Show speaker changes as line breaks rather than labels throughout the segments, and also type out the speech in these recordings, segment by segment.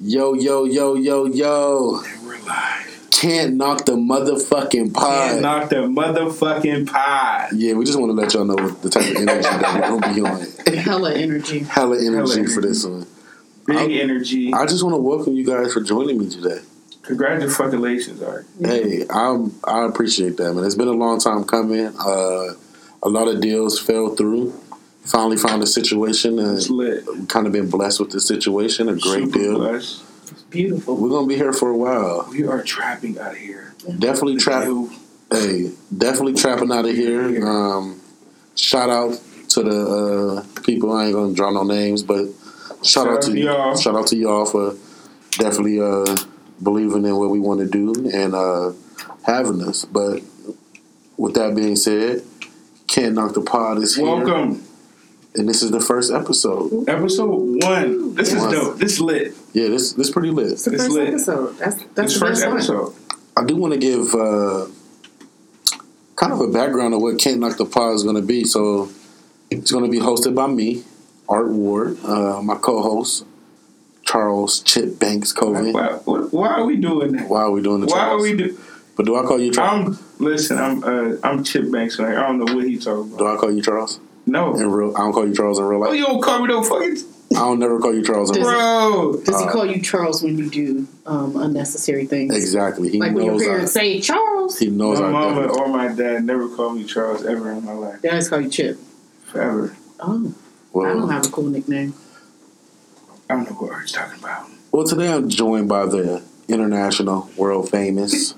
Yo, yo, yo, yo, yo.
And we're live.
Can't knock the motherfucking
Can't
pod.
knock the motherfucking pod.
yeah, we just want to let y'all know what the type of energy that we're going to be on.
Hella energy.
Hella energy
Hella energy.
for this one.
Big
I'll-
energy.
I just want to welcome you guys for joining me today.
Congratulations, Art.
Hey, I'm, I appreciate that, man. It's been a long time coming. Uh, a lot of deals fell through. Finally found a situation and
It's lit.
kind of been blessed with the situation. A great
Super
deal.
blessed.
It's beautiful.
We're going to be here for a while.
We are trapping out here.
Definitely trap.
You-
Hey, definitely trapping out of here. Um, shout out to the uh, people. I ain't gonna draw no names, but shout, out to
y'all.
Shout out to y'all for definitely uh, believing in what we want to do and uh, having us. But with that being said, can't knock the pod is here,
Welcome.
and this is the first episode.
Episode one. This is
One.
dope. This lit.
Yeah, this this pretty lit.
It's the
It's
first
lit.
episode. That's that's
This
the
first
first one.
episode.
I do want to give uh, kind of a background of what Can't Knock the Pod is going to be. So it's going to be hosted by me, Art Ward, uh, my co-host Charles Chip Banks Coven.
Why, why are we doing that?
Why are we doing the
Why are
Charles?
we do?
but do I call you Charles?
I'm listen. I'm uh, I'm Chip Banks. Like, I don't know what he's talking
do
about.
I call you Charles
No.
in real? I don't call you Charles in real
Oh,
life.
you don't call me no fucking
I don't never call you Charles. in real life.
bro.
Does he
Uh,
call you Charles when you do um, unnecessary things?
Exactly. He
Like when your
knows.
parents
I,
say Charles.
he knows.
My
I
mama
definitely-
or my dad never called me Charles ever in my life,
They always call you Chip.
forever.
Oh, I don't
well,
have a cool nickname.
I don't know what Art's talking about.
well, today I'm joined by the international, world famous,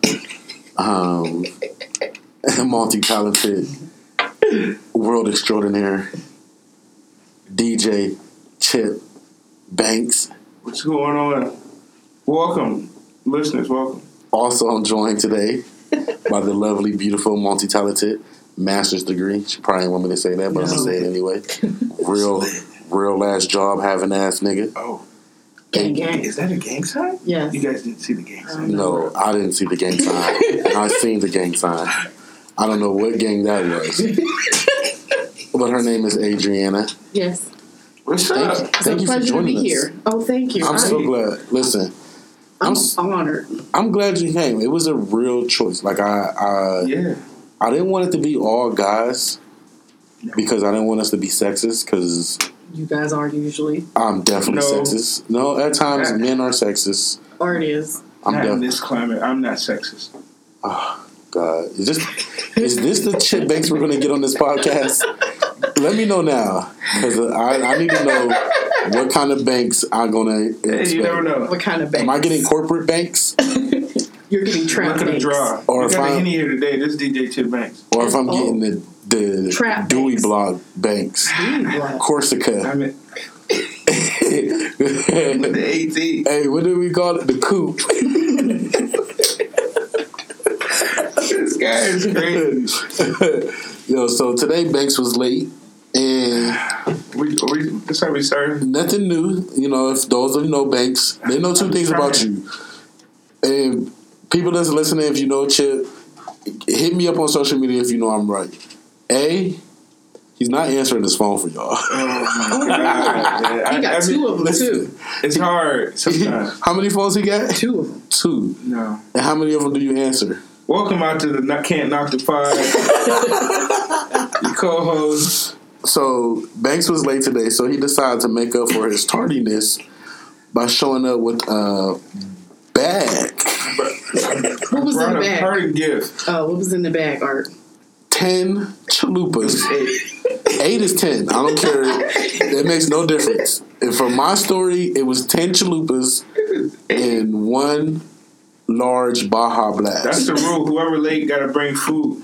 um, multi-talented, world extraordinaire DJ Chip Banks.
What's going on? Welcome, listeners. Welcome.
Also, I'm joined today by the lovely, beautiful, multi-talented master's degree. She probably ain't want me to say that, but I'm gonna
No.
say it anyway. Real, real ass job having ass nigga.
Oh,
Gang gang.
is that a gang sign?
Yes.
You guys didn't see the
Uh,
gang sign.
No, I didn't see the gang sign. I seen the gang sign. I don't know what gang that was. But her name is Adriana.
Yes.
What's
Thank,
up?
It's
thank
a
you for
Uh, pleasure to
joining
be
us.
here. Oh, thank you.
I'm so
I-
glad. Listen,
I'm,
I'm s-
I'm honored.
I'm glad you came. It was a real choice. Like I, I,
Yeah.
I didn't want it to be all guys
No.
because I didn't want us to be sexist. Because
You guys are usually,
I'm definitely
No.
sexist. No, at times
Yeah.
men are sexist.
or it is.
I'm
not in
definitely.
this climate. I'm not sexist.
Oh God, is this is this the chip banks we're gonna get on this podcast? Let me know now because I, I need to know what kind of banks I'm gonna.
Hey,
Expect.
you never know.
What kind of bank?
Am I getting corporate banks,
You're getting
Look
trapped.
at the
banks.
draw.
Or
Or
if
we got
I-
a Henny here today. This is DJ Chip Banks.
or if I'm getting the the
Trap
Dewey
banks.
Block banks,
Ooh, what?
Corsica?
I'm at
hey,
the 18.
what do we call it? The coop.
this guy is crazy.
Yo, so today Banks was late and
we, we, that's how we started.
nothing new. You know, if those of you know Banks, they know two things about you. And people that's listening, if you know Chip, hit me up on social media if you know I'm right. A, he's not answering his phone for y'all.
Oh my god! man. I-
He got
every-
two of them too.
It's hard sometimes.
how many phones he got?
Two of them.
Two.
no.
And how many of them do you answer?
Welcome out to the Kno- Can't Knock the Pod. Your co-host.
So Banks was late today, so he decided to make up for his tardiness by showing up with a bag,
What was in
brought
the
a
bag?
party gift.
Uh, what was in the bag, Art?
ten chalupas.
Hey,
Eight is ten. I don't care. It makes no difference. And for my story, it was ten chalupas and one large Baja
that's
Blast.
the rule. Whoever late gotta bring food.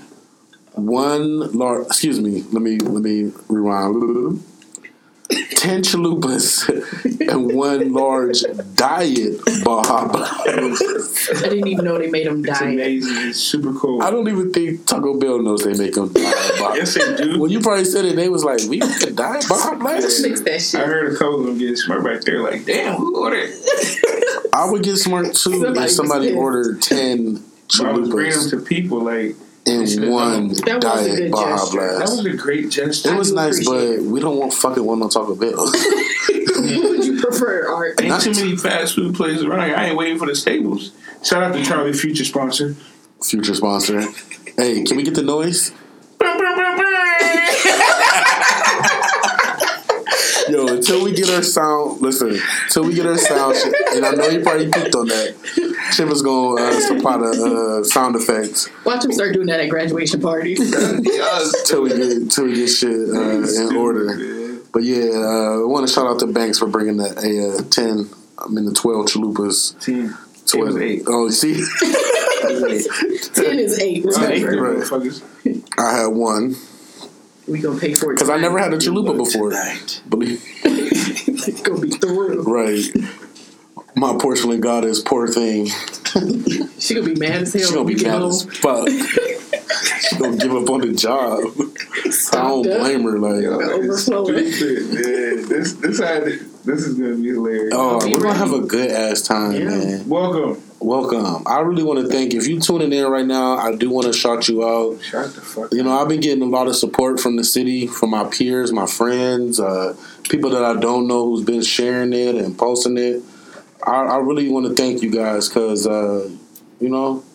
One large. Excuse me. Let me let me rewind. Ten chalupas and one large diet Baja Blast.
I didn't even know they made them
It's
diet.
amazing. It's super cool.
I don't even think Taco Bell knows they make them diet Baja.
Yes, they do.
When you probably said it, they was like, "We make a diet Baja Blast."
Mix that
I
shit.
heard a couple of them get smart back there. Like, damn, who ordered?
I would get smart too
Somebody
if
was
somebody
pissed.
ordered ten
So I was bringing
chalupas
them to people. Like,
in one
That was a
diet
good
Baja
gesture.
that
Blast.
was a great
It
gesture.
was
do
nice,
appreciate
but we don't want fucking one on Taco Bell.
Who would you prefer art.
Ain't too many fast food places around here. I ain't waiting for the staples. Shout out to Charlie, future sponsor.
Future sponsor. Hey, can we get the noise? Yo, until we get our sound, listen, until we get our sound, shit, and I know you probably peeked on that. Chip is going to uh, supply the uh, sound effects
Watch him start doing that at graduation parties.
until we get until we get shit uh, in order. But yeah, uh, I want to shout out to Banks for bringing that a uh, ten. I'm in the twelve chalupas.
Ten. It was
Twelve.
eight.
Oh, see,
Ten is eight. Remember,
Right.
Motherfuckers.
I had one
we gonna pay for it
because I never had a chalupa before.
Tonight.
Believe
It's gonna be through.
right. My porcelain goddess, poor thing.
She gonna be mad as hell.
She gonna
when
be
we get
mad
home.
as fuck. she gonna give up on the job. I don't
Stopped up.
blame her. Like,
Yo, it's
Overflowing.
stupid, man. This this had this is gonna be hilarious.
Oh,
I'll be
we're gonna
ready.
have a good ass time,
Yeah.
man.
Welcome.
Welcome. I really want to thank if you tuning in right now. I do want to shout you out.
Shut the fuck.
You know, I've been getting a lot of support from the city, from my peers, my friends, uh, people that I don't know who's been sharing it and posting it. I, I really want to thank you guys because uh, you know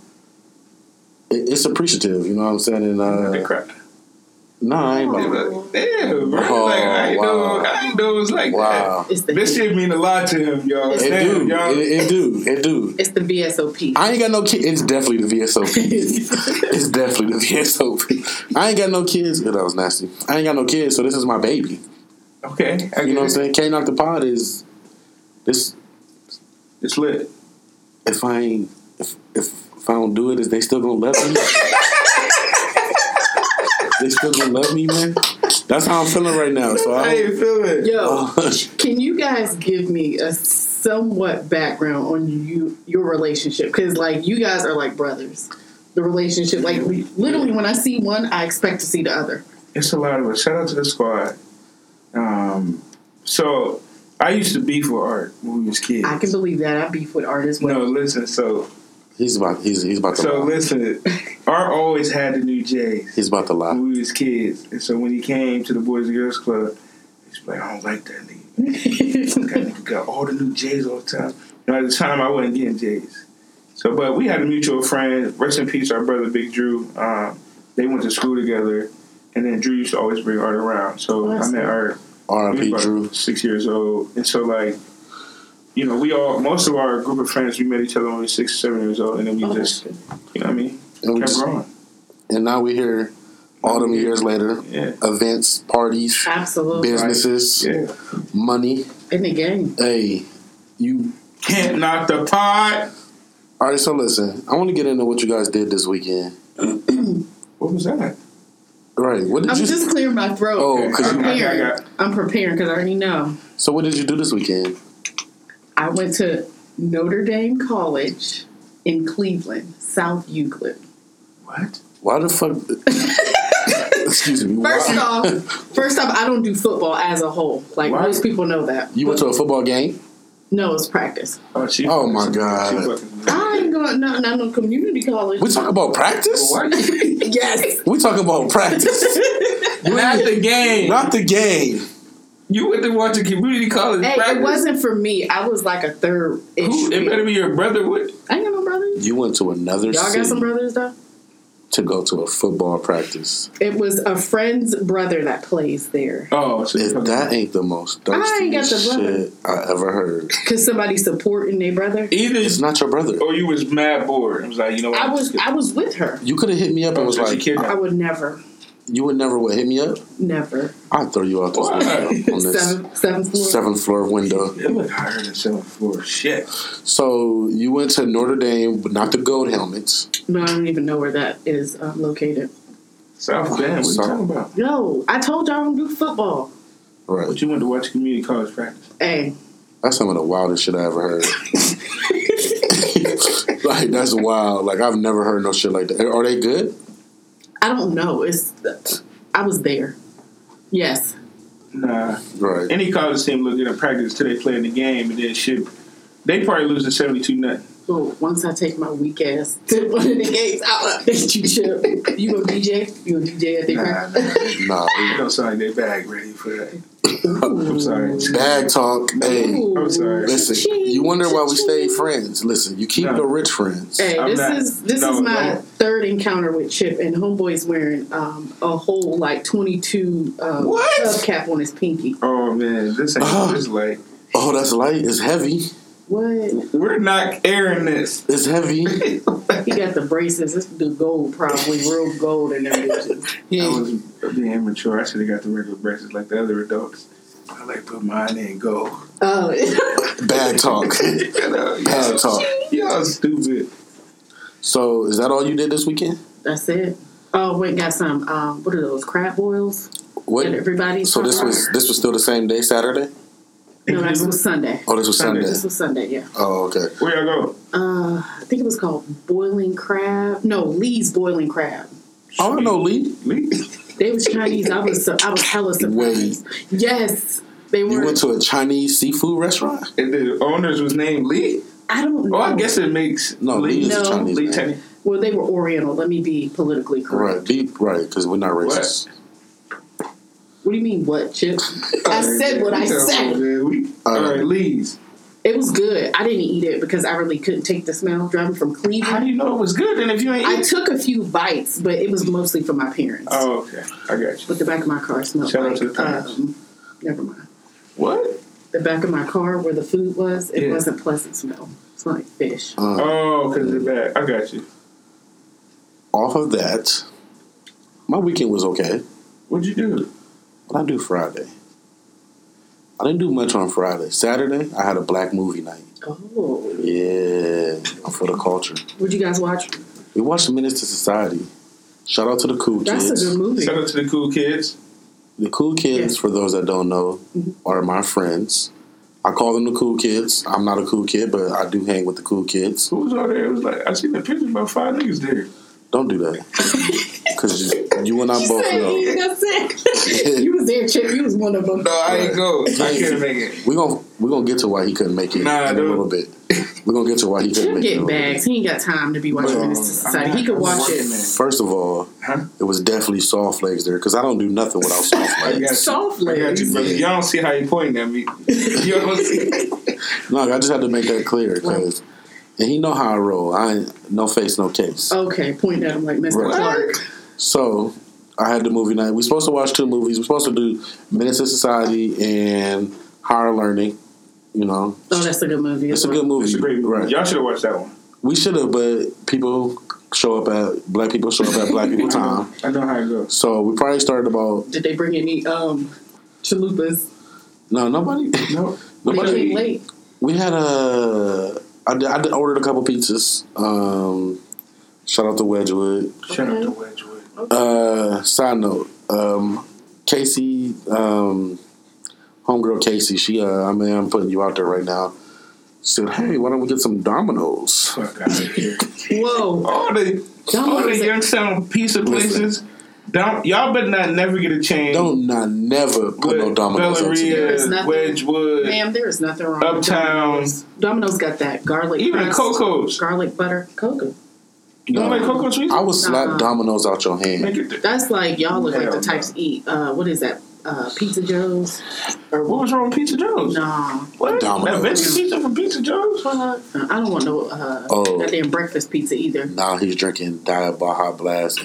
it, it's appreciative. You know what I'm saying? And
the
uh,
crap.
nah, I ain't about to-
Damn, bro. like, I ain't
Oh, wow.
know. I ain't know it was like
Wow.
It's the
that. This shit mean a lot to him, y'all.
It
Damn,
do.
y'all.
It, it do. It do.
It's the VSOP.
I ain't got no kid. It's definitely the VSOP.
It's
It's definitely the VSOP. I ain't got no kids. Oh, that was nasty. I ain't got no kids, so this is my baby.
okay, I
You know what I'm saying?
saying?
Can't knock the pod is this.
It's lit.
If I ain't, if, if if I don't do it, is they still gonna love me? they still gonna love me, man. That's how I'm feeling right now. So
I
I
ain't feeling.
Yo,
don't,
can you guys give me a somewhat background on you your relationship? Because like you guys are like brothers. The relationship, like we, literally, when I see one, I expect to see the other.
It's a lot of us. Shout out to the squad. Um, so I used to be for art when we was kids.
I can believe that. I beef with art as well.
no, listen. So
he's about he's he's about to
so
lie.
listen. Art always had the new J's.
he's about to lie.
when we was kids. And so when he came to the Boys and Girls Club, he's like, I don't like that nigga. That nigga got all the new J's all the time. You know, at the time I wasn't getting J's. So, but we had a mutual friend. Rest in peace, our brother Big Drew. Um, they went to school together, and then Drew used to always bring Art around. So I met Art. when he
R.I.P.
was
Drew.
about Six years old, and so like. You know, we all most of our group of friends we met each other when we were six, seven years old, and then we
Oh,
just, you know, what I mean,
And we
kept
just-
growing.
and now we're here all them years later.
Yeah,
Events, parties,
Absolutely.
businesses,
yeah.
money.
In the game.
Hey, you.
Can't knock the pot.
All right, so listen, I want to get into what you guys did this weekend.
Uh, What was that?
Right. What did
I'm
you?
just, clearing my throat.
Oh, 'cause
I'm
you-
I
preparing.
got-
I'm preparing because I already know.
so what did you do this weekend?
I went to Notre Dame College in Cleveland, South Euclid.
What?
Why the fuck? excuse me.
First
why-
off, first off, I don't do football as a whole. Like
Why?
most people know that.
you went to a football game.
No, it's practice.
Oh, she,
Oh, my God.
She fucking-
I ain't going no not no community college.
We talk about practice.
Why you-
yes.
We talk about practice,
Not the game.
not the game.
You went to watch a community college
Hey,
practice.
it wasn't for me. I was like a third ish.
Who? It better be your brother. What?
I ain't got no brothers.
You went to another
Y'all
city
got some brothers though?
to go to a football practice.
It was a friend's brother that plays there.
Oh, so you
If
fucking-
that ain't the most
I ain't
thirsty
got the
shit I ever heard,
Cause somebody supporting their brother.
either
it's not your brother.
or Oh, you was mad bored. I was like, you know what?
I was I was with her.
You could have hit me up and was like,
I would never,
"You would never would hit me up."
never.
I'd throw you out this
Why?
window Oh, on this
Seventh seventh floor.
seventh floor window.
It looked higher than seven floor. Shit.
So you went to Notre Dame, but not the gold helmets.
No, I don't even know where that is uh, located.
South Bend. What you
South-
talking about?
No, I told y'all I don't do football.
Right.
But you went to watch community college practice.
Hey,
That's some of the wildest shit I ever heard. like that's wild. Like I've never heard no shit like that. Are they good?
I don't know. It's I was there. Yes,
Nah.
Right.
Any college team look good at practice till they play in the game, and then shit. They probably lose to seventy-two nothing.
Well, once I take my weak ass to one of the games, I'll update you, Chip. You gonna DJ? You gonna DJ at the
Nah,
crib?
nah.
Nah,
They don't sound like they bag ready for that. I'm sorry.
bag talk. Hey,
Ooh.
I'm sorry.
listen, you wonder why we stay friends. Listen, you keep
No.
the rich friends.
Hey,
I'm
this
not-
is this
no,
is my
no.
third encounter with Chip, and homeboy's wearing um, a whole like twenty two um,
What?
hubcap on his pinky.
Oh man, this ain't
Ugh.
this is like
Oh, that's light. It's heavy.
What?
we're not airing this.
It's heavy.
He got the braces. This dude gold, probably real gold in there. bitches.
I was being immature. I should have got the regular braces like the other adults. I like put mine in gold.
Oh,
Bag talk.
you know,
Bag
uh, y'all,
talk.
y'all stupid.
So, is that all you did this weekend?
that's it. Oh, went and got some. Um, what are those crab boils?
What?
That everybody.
So this was this was still the same day, Saturday.
no, this was Sunday.
Oh, this was Sunday.
This was Sunday. Yeah.
Oh, okay.
Where y'all go?
Uh, I think it was called Boiling Crab. No, Lee's Boiling Crab.
Oh no, Lee.
Lee?
They was Chinese. I was su- I was hella surprised. Yes, they
You
were.
went to a Chinese seafood restaurant.
And the owners was named Lee.
I don't know.
Oh, I guess it makes
No, Lee
Lee.
is a
No.
Chinese
Lee
name.
Tenney.
Well, they were Oriental. Let me be politically correct.
Right, deep right, because we're not racist.
What do you mean, what, Chip? I said what I
We tell
said.
folks, man, we- All right, Lee's.
It was good. I didn't eat it because I really couldn't take the smell driving from
How
Cleveland.
do you know it was good? And if you ain't
I
eat,
took a few bites, but it was mostly for my parents.
oh okay, I got you.
But the back of my car smelled
Shout out
like
to the parents.
um, never mind.
What?
The back of my car where the food was, it
Yeah.
wasn't pleasant smell. It's like fish.
Uh,
Oh, because they're back. I got you.
off of that, my weekend was okay.
What'd you do?
What I do Friday? I didn't do much on Friday. Saturday, I had a black movie night.
Oh,
Yeah, I'm for the culture.
would you guys watch?
We watched Minutes to Society. Shout out to the cool
That's
kids.
a good movie.
Shout out to the cool kids.
The cool kids,
Yeah. Mm-hmm.
for those that don't know, are my friends. I call them the cool kids. I'm not a cool kid, but I do hang with the cool kids.
Who was all there? It was like I seen the pictures about five niggas there.
Don't do that. Because you, you and I
She
both
said,
know.
"You got sick." you was there, Chip. You was one of them.
No, I
Right.
ain't go. I couldn't make it.
We're going we gonna get to why he couldn't make it
Nah,
in a
dude.
little bit. We're going to get to why he couldn't
Chip
make it. in a
get
little bit.
bags. He ain't got time to be watching
Bro,
Minister Society.
I'm
He could
not
watch
working,
it.
man.
First of all,
Huh?
it was definitely soft legs there because I don't do nothing without soft
I got
legs.
you.
Soft
I got you,
legs.
brother. Y'all don't see how you pointing at me. You don't see.
no, I just had to make that clear because, and he know how I roll. I ain't, no face, no case.
Okay, point at him like Mr.
Right.
Clark.
So I had the movie night. We're supposed to watch two movies. We're supposed to do Minutes of Society and Higher Learning. You know,
Oh, that's a good movie.
it's a good movie.
It's a great movie.
Right.
Y'all should have watched that one.
We should have, but people show up at black people show up at black people time.
I know how it goes.
So we probably started about
Did they bring any um chalupas?
no nobody
No.
nobody.
They came late.
We had a. I did, I did ordered a couple pizzas. Um, shout out to Wedgwood.
Shout out to Wedgwood.
Uh, side note, um, Casey, um, homegirl Casey, she, uh, I mean, I'm putting you out there right now. Said, hey, why don't we get some Dominoes?
Fuck out of here.
Whoa.
All the all the Youngstown pizza places. Don't, y'all better not never get a change.
Don't not never put no
with
Dominoes. on TV.
There is
Belleria,
nothing.
Wedgwood,
Ma'am, there is nothing wrong with
Uptown.
Domino's. Domino's got that garlic
even
crust,
Coco's.
garlic butter cocoa.
You don't
No.
like Coco's trees?
I would slap
Nah.
Dominoes out your
Man,
hand.
get the-
That's like y'all look like
Hell
the
no.
types to eat uh what is that? Uh Pizza Joe's? Or
What was wrong with Pizza Joe's?
Nah.
What?
Domino's.
That veggie pizza from Pizza Joe's?
Uh, I don't want no uh,
Oh.
goddamn breakfast pizza either.
Now he's drinking Diet Baja Blast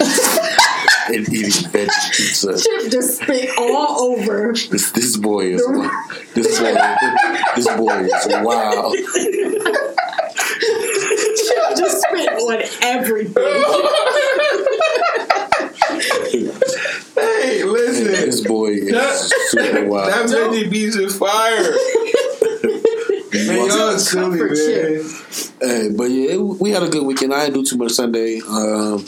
and eating veggie pizza.
Chip just spit all over.
This this boy is this boy this boy is wild.
Chip just spit on everything.
Hey, listen.
This boy is super
That
wild.
veggie pizza is fire. Man, y'all silly,
Comfort
man.
Hey, but yeah, it, we had a good weekend. I didn't do too much Sunday. Um,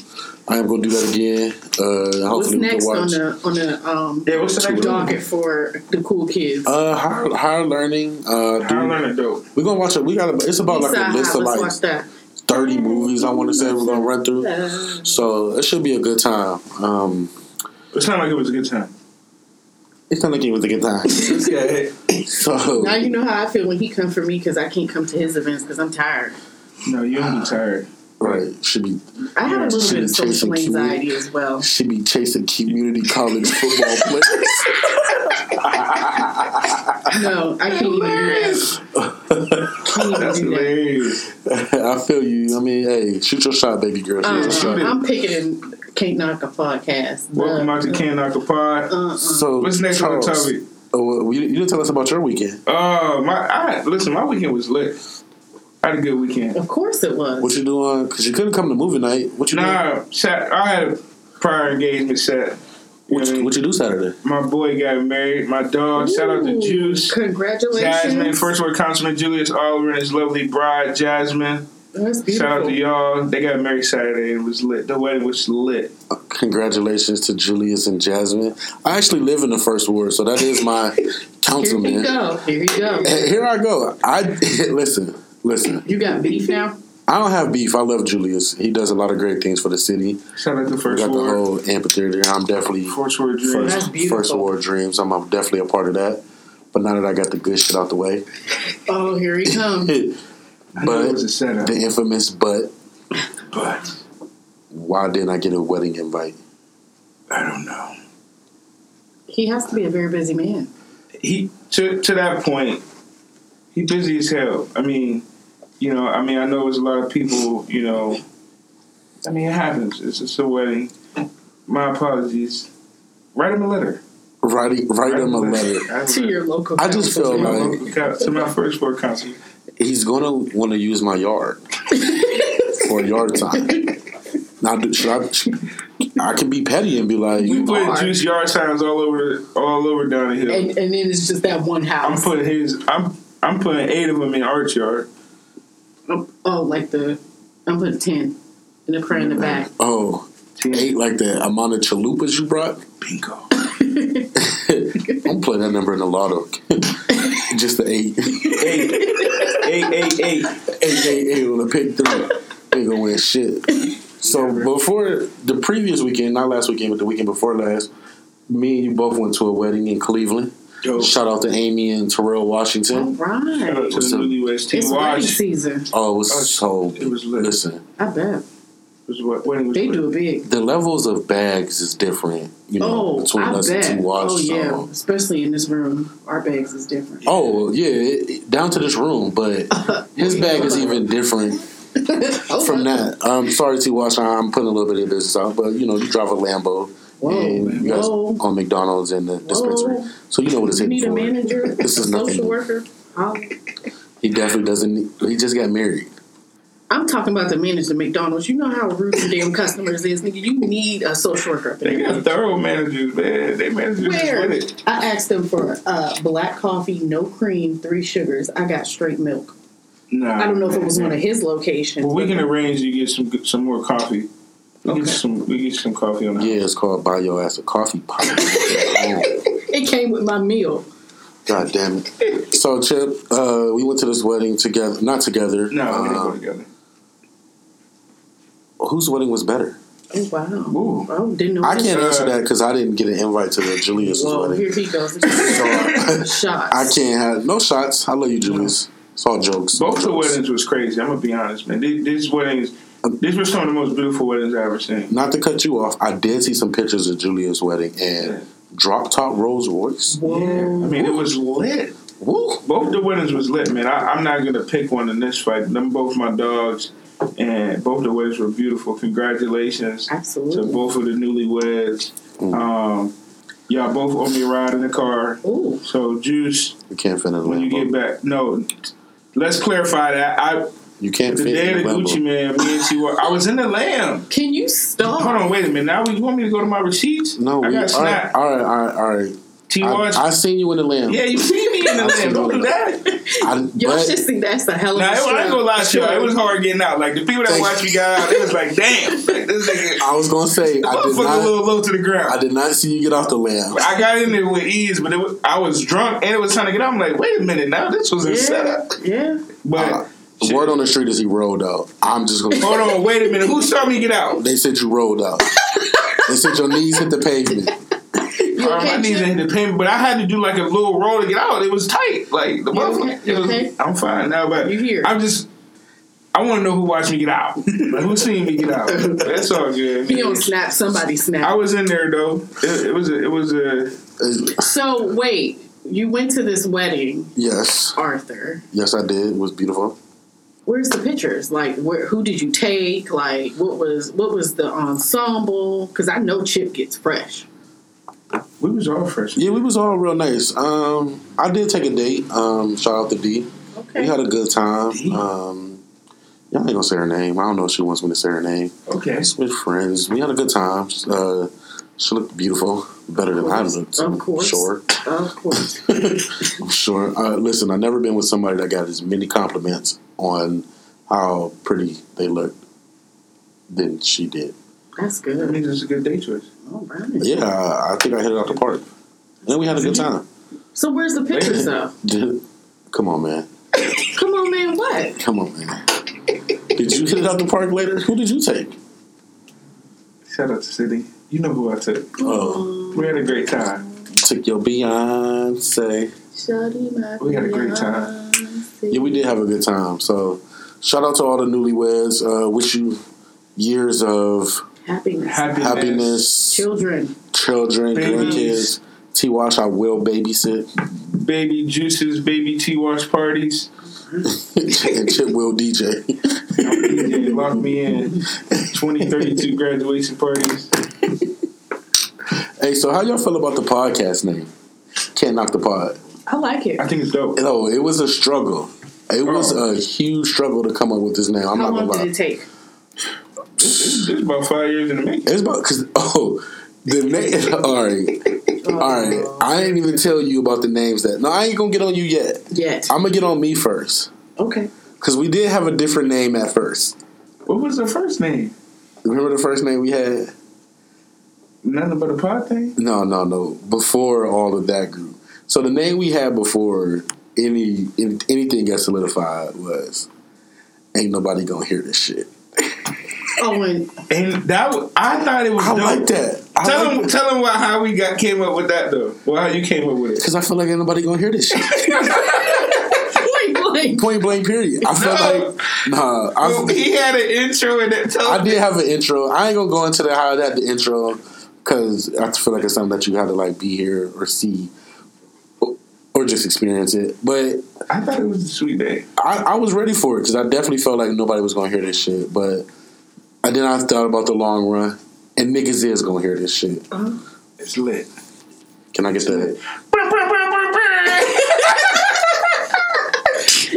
I am gonna do that again. Uh,
What's
hopefully we
next
can
on
watch.
the on the um
Yeah, what's the next one?
docket for the cool kids?
Uh, higher, higher learning. Uh, dude,
How I learned dope.
we're gonna watch it. We got a, it's about like a
Eastside
list
High,
of
let's
like
watch that.
thirty movies. I want to say we're gonna run through. So it should be a good time. Um,
It sounded like it was a good time.
it's not like it was a good time.
Okay.
So
Now you know how I feel when he come for me because I can't come to his events because I'm tired.
No, you don't be tired.
Right. Should be
I have a little
She
bit of
was chasing
social
Kiwi.
anxiety as well.
should be chasing community college football players.
No, I can't even do that. Can't even
That's
do that.
hilarious.
I feel you. I mean, hey, shoot your shot, baby girl. Shoot your
Uh-uh.
shot.
Um,
Shoot it.
I'm picking a Can't Knock a Podcast.
Welcome
Uh,
out to Can Knock a Pod.
uh-uh.
So
What's next on the
Charles,
topic?
Oh, well, you, you didn't tell us about your weekend.
Oh my! I, listen, my weekend was lit. I had a good weekend.
Of course it was.
What you doing? Because you couldn't come to movie night. What you doing?
Nah, Sat- I had a prior engagement set. You
What,
know,
you- what you do Saturday?
my boy got married. My dog. shout out to
Ooh,
Juice.
Congratulations.
Jasmine, first word Councilman Julius Oliver and his lovely bride Jasmine.
That's beautiful.
Shout out to y'all. They got married Saturday and it was lit. The wedding was lit.
Uh, Congratulations to Julius and Jasmine. I actually live in the first ward, so that is my
Here
councilman.
you go. Here you go.
Hey, Here I go. I listen, listen.
You got beef now?
I don't have beef. I love Julius. He does a lot of great things for the city.
Shout out to
We
First
got the
Ward.
whole amphitheater. I'm definitely
First Ward Dreams.
That's
first,
beautiful.
first war dreams. I'm, I'm definitely a part of that. But now that I got the good shit out the way,
Oh, here he comes.
the
I know
but-
it was a setup,
infamous. But
but
why didn't I get a wedding invite?
I don't know.
he has to be a very busy man.
He to to that point, he busy as hell. I mean, you know, I mean, I know there's a lot of people. You know, I mean, it happens. It's just a wedding. My apologies. Write him a letter.
Write write him a letter.
Write him a
To
letter.
your local.
I just
council.
feel
To my
like-
local coun- to my first floor council.
He's gonna want to use my yard for yard time. Now, do, should I? Should, I can be petty and be like,
We put
are.
juice yard signs all over all over down the hill.
And, and then it's just that one
I'm
house.
putting his. I'm I'm putting eight of them in Arch Yard.
oh, like the. I'm putting 10 in the front and the back.
"Oh, eight like the amount of chalupas you brought."
Bingo.
I'm playing that number in the lotto. Just the eight.
Eight, eight, eight, eight.
eight, eight, eight on a pick three. Ain't gonna win shit. So before the previous weekend, not last weekend, but the weekend before last, me and you both went to a wedding in Cleveland.
Yo,
Oh.
shout
Shout out to Amy and Terrell
All
Washington.
out
right.
to the newlyweds team.
It's wedding
Watch. It
season.
Oh, it was
Oh,
so.
it was lit.
Listen,
I bet.
was what wedding was
They
lit.
do it big.
the levels of bags is different, you know,
Oh,
between
I
us
bet.
and T Watch.
oh, yeah.
so.
Especially in this room. Our bags is different.
Oh yeah, it, it- down to this room, but his bag is even different
Oh,
from that. I'm sorry, T. Watch, I'm putting a little bit of business out, but you know, you drive a Lambo,
Whoa.
and you guys
Whoa.
on McDonald's and
Oh.
the dispensary,
Whoa.
so you know what it's
You need a
hitting for.
manager,
This
a
is nothing
social
new.
worker. I'll-
He definitely doesn't. need- He just got married.
I'm talking about the manager at McDonald's. You know how rude the damn customers is, nigga. You need a social worker. Up in
They
there.
got thorough managers, man. They managers
Where
is with it.
I asked them for uh, black coffee, no cream, three sugars. I got straight milk.
Nah,
I don't know if it was one of his locations.
Well, we can arrange you get some good- some more coffee. We
Okay.
get some we get some coffee on the
Yeah, it's called buy your ass a coffee pot. Oh,
It came with my meal.
God damn it! So Chip, uh, we went to this wedding together. Not together.
No, we didn't go
Uh,
together.
whose wedding was better?
Oh wow!
Ooh.
Oh, didn't know.
I
this-
can't answer that because I didn't get an invite to the Julius'
Whoa!
wedding.
Here he goes.
So I,
Shots.
I can't have no shots. I love you, Julius. It's all jokes.
Both the
Jokes.
weddings was crazy. I'm gonna be honest, man. These, these weddings, these were some of the most beautiful weddings I ever seen.
Not to cut you off, I did see some pictures of Julia's wedding
Yeah.
and drop top Rolls Royce.
Yeah, I mean, it was lit.
Woo!
Both the weddings was lit, man. I, I'm not gonna pick one in this fight. Them both my dogs, and both the weddings were beautiful. Congratulations to
Absolutely.
both of the newlyweds.
Mm.
Um, y'all both owe me a ride in the car.
Ooh.
So, Juice,
You can't fit in a
when you get
Lambo.
back, no. Let's clarify that. I
You can't
the
fit
day
in
of
a
the
Lambo.
Gucci man, me and T. Wa- I was in the lamb.
Can you
Hold
stop?
on, wait a minute. Now you want me to go to my receipts?
No, we,
I
all
got
right,
snapped.
all right, all right, all right.
T. Watch.
I, I seen you in the Lambo.
Yeah, you see me in the
I see
lamb. Don't
you.
do that.
I,
Y'all
but
should see that's a hell of
Nah,
a
it, I ain't
show.
gonna lie to you. It was hard getting out. Like the people that
Thank
watched
you.
me got out, they was like, "Damn, like, this nigga,
I was gonna say I did
motherfucker, a
not.
little low to the ground."
I did not see you get off the Lamb.
I got in there with ease, but it was, I was drunk and it was time to get out. I'm like, "Wait a minute, now this was a
Yeah,
setup."
yeah.
But
Uh, the word on the street is he rolled out. I'm just gonna.
hold on, wait a minute. Who saw me get out?
They said you rolled out. they said your knees hit the pavement.
You
All right, my
okay,
knees
Chip?
didn't hit the pavement, but I had to do like a little roll to get out. It was tight. Like the
You okay?
motherfucker. it was-
You okay?
I'm fine now, but
You here.
I'm just. I want to know who watched me get out. Like, who seen me get out? That's all good.
He don't snap. Somebody snap.
I was in there though. It, it was a, it was a
Uh,
so wait, you went to this wedding,
Yes,
Arthur.
yes, I did. It was beautiful.
Where's the pictures? Like, where? Who did you take? Like, what was what was the ensemble? Because I know Chip gets fresh.
we was all fresh.
Yeah, we was all real nice. Um, I did take a date. Um, shout out to D. We
Okay.
had a good time.
D?
Um, yeah, I ain't gonna say her name. I don't know if she wants me to say her name.
Okay.
Just with friends. We had a good time. Uh, she looked beautiful, better than I looked.
Of
I'm
course.
sure.
Of course.
I'm sure. Uh, listen, I've never been with somebody that got as many compliments on how pretty they looked than she did.
That's
That
good.
means it's a good day choice.
All right.
Yeah, I think I hit it out the park. And then we had a good time.
So where's the pictures though?
Come on, man.
Come on, man. What?
Come on, man. Did you hit it out the park later? Who did you take?
Shout out to City. You know who I took.
Oh.
We had a great time.
Took your Beyonce.
Shawty, my
We had a great time.
Yeah, we did have a good time. So, shout out to all the newlyweds. Uh, wish you years of
Happiness.
Happiness.
happiness,
Children.
children, grandkids.
Babies.
T Wash, I will babysit.
Baby juices, baby tea wash parties.
and Chip will DJ.
DJ locked me in. 2032 graduation parties.
hey, so how y'all feel about the podcast name? Can't knock the pod.
I like it.
I think it's dope.
No, it was a struggle. It was
Oh.
a huge struggle to come up with this name. I'm
How
not
long
gonna
did
lie.
it take?
It's it's about five years in the making.
It's about because oh, the name. all right, all right. I ain't even tell you about the names that. No, I ain't gonna get on you yet.
Yet.
I'm gonna get on me first.
Okay.
Because we did have a different name at first.
What was the first name?
Remember the first name we had?
Nothing but a pod thing?
No, no, no. Before all of that group. So the name we had before any, any anything got solidified was "Ain't nobody gonna hear this shit."
Oh, and
And that was, I thought it was
I
dope.
like that. I
Tell
like
them, tell them why, how we got came up with that though. Well, how you came up with it?
Because I feel like ain't nobody gonna hear this shit.
wait, wait.
Point blank. Period. I felt
No.
like nah. I,
he had an intro and that told
I did have an intro. I ain't gonna go into the how that the intro because I feel like it's something that you had to like be here or see or- or just experience it. But
I thought it was a sweet day.
I, I was ready for it because I definitely felt like nobody was gonna hear this shit. But I then I thought about the long run, and niggas is gonna hear this shit.
It's lit.
Can I get that?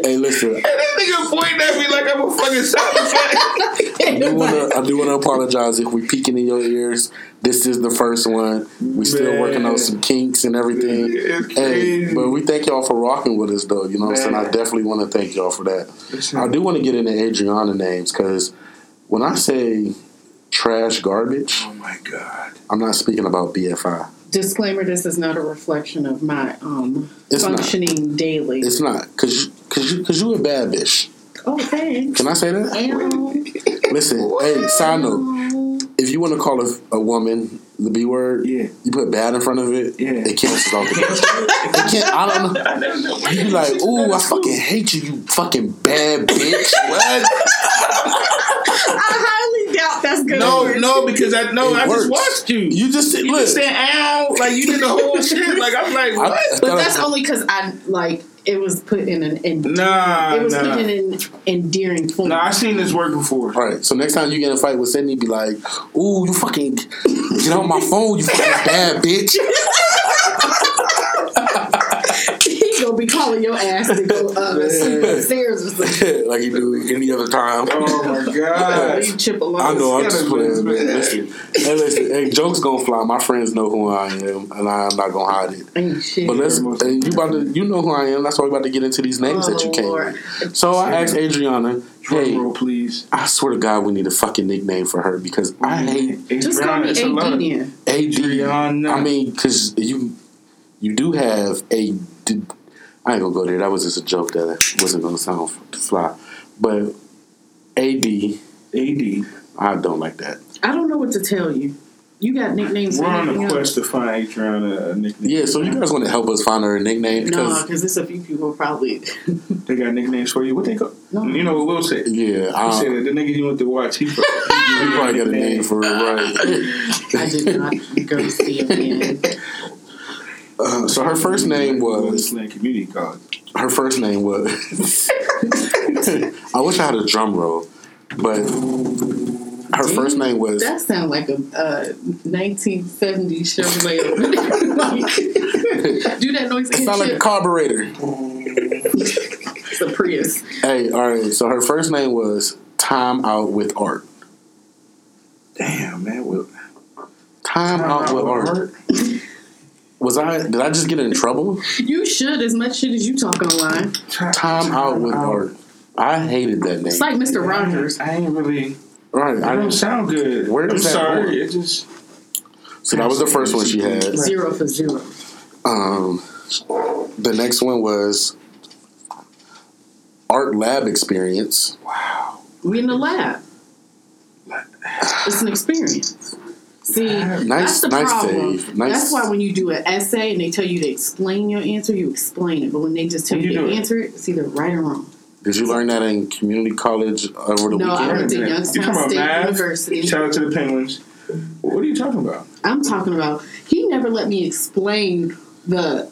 hey, listen,
And this nigga pointing at me like I'm a fucking sound effect.
I do wanna I do wanna apologize if we peeking in your ears. This is the first one. We still
Man.
working on some kinks and everything.
It's
Hey,
crazy.
but we thank y'all for rocking with us, though. You know what I'm saying? I
Man.
definitely want to thank y'all for that.
Listen.
I do want to get into Adriana names because when I say trash garbage,
Oh my god.
I'm not speaking about BFI.
Disclaimer: This is not a reflection of my um
It's not.
functioning daily. Oh,
It's not because because you because you a bad bitch.
okay.
Can I say that?
And,
Listen, hey, side note: if you want to call a, a woman the B word,
Yeah.
you put bad in front of it,
Yeah.
it cancels out the. it can't. I don't know.
I never know.
You be like, ooh, I fucking hate you, you fucking bad bitch. what?
I highly doubt that's good.
No, no, because I know
It
I
works.
just watched you.
You just
You
look.
just said ow, like you did the whole shit. Like I'm like,
I-
what?
I
But
thought
that's
I-
only because I like it was put in an endearing,
Nah,
it was
nah.
put in an endearing form.
No, I seen this work before.
All right, so next time you get in a fight with Sydney, be like, "Ooh, you fucking get on my phone, you fucking bad bitch."
He gonna be calling your ass to go uh,
Man.
stairs or something.
like you do any other time.
Oh my god.
You chip along.
I know, I'm just
Yeah,
playing, man.
man.
Listen, hey, listen, hey, jokes gonna fly. My friends know who I am, and I'm not gonna hide it.
Ain't shit.
But let's, and you about to, you know who I am. That's why we about to get into these names that you came
Oh, Lord.
with. So I asked Adriana,
Drum
hey,
roll, please.
I swear to God, we need a fucking nickname for her because I
Mm-hmm.
hate
Just call me
Adriana, it's a lot.
AD then.
AD.
Adriana.
I mean, because you, you do have a. d- I ain't gonna go there. That was just a joke that wasn't gonna sound fly, but AD.
AD.
I don't like that.
I don't know what to tell you. You got nicknames.
We're
for
on
anything
a
else?
quest to find trying a a nickname.
Yeah, so you guys want to help us find her a nickname?
No,
Because,
because there's a few people probably.
They got nicknames for you. What they call?
No.
You know what Will said? He
yeah, I
said
don't-
that the nigga you went to watch, he probably,
you probably got a name for it, right?
I did not go see him again.
Uh, so her first name was
Land Community College.
her first name was. I wish I had a drum roll, but her first name was.
That sounds like a uh, 1970s Chevrolet. Like, do that noise
It
again.
sounded like a
Chip.
carburetor.
it's a Prius.
Hey, all right. So her first name was Time Out with Art.
Damn man, Will.
Time, Out with Art. Was I? Did I just get in trouble?
You should as much shit as you talk online.
Time,
Time Out with Art. I hated that
It's
name.
like Mr.
Rogers.
Rogers.
I ain't really.
Right.
I
I,
don't sound good.
Where
I'm
does that
sorry.
go?
It just
so that was the first one she had.
Zero for zero.
Um, the next one was Art Lab Experience.
wow.
We in the lab. It's an experience. See,
Ah, Nice-
that's the
nice
problem.
save. Nice-
That's why when you do an essay and they tell you to explain your answer, you explain it. But when they just tell
When
you,
you do
to
it.
answer it, it's either right or wrong.
Did you learn that in community college over the
No, I
weekend?
went to
You
Youngstown
talking about
State
math?
University.
Shout out to the Penguins. What are you talking about?
I'm talking about he never let me explain the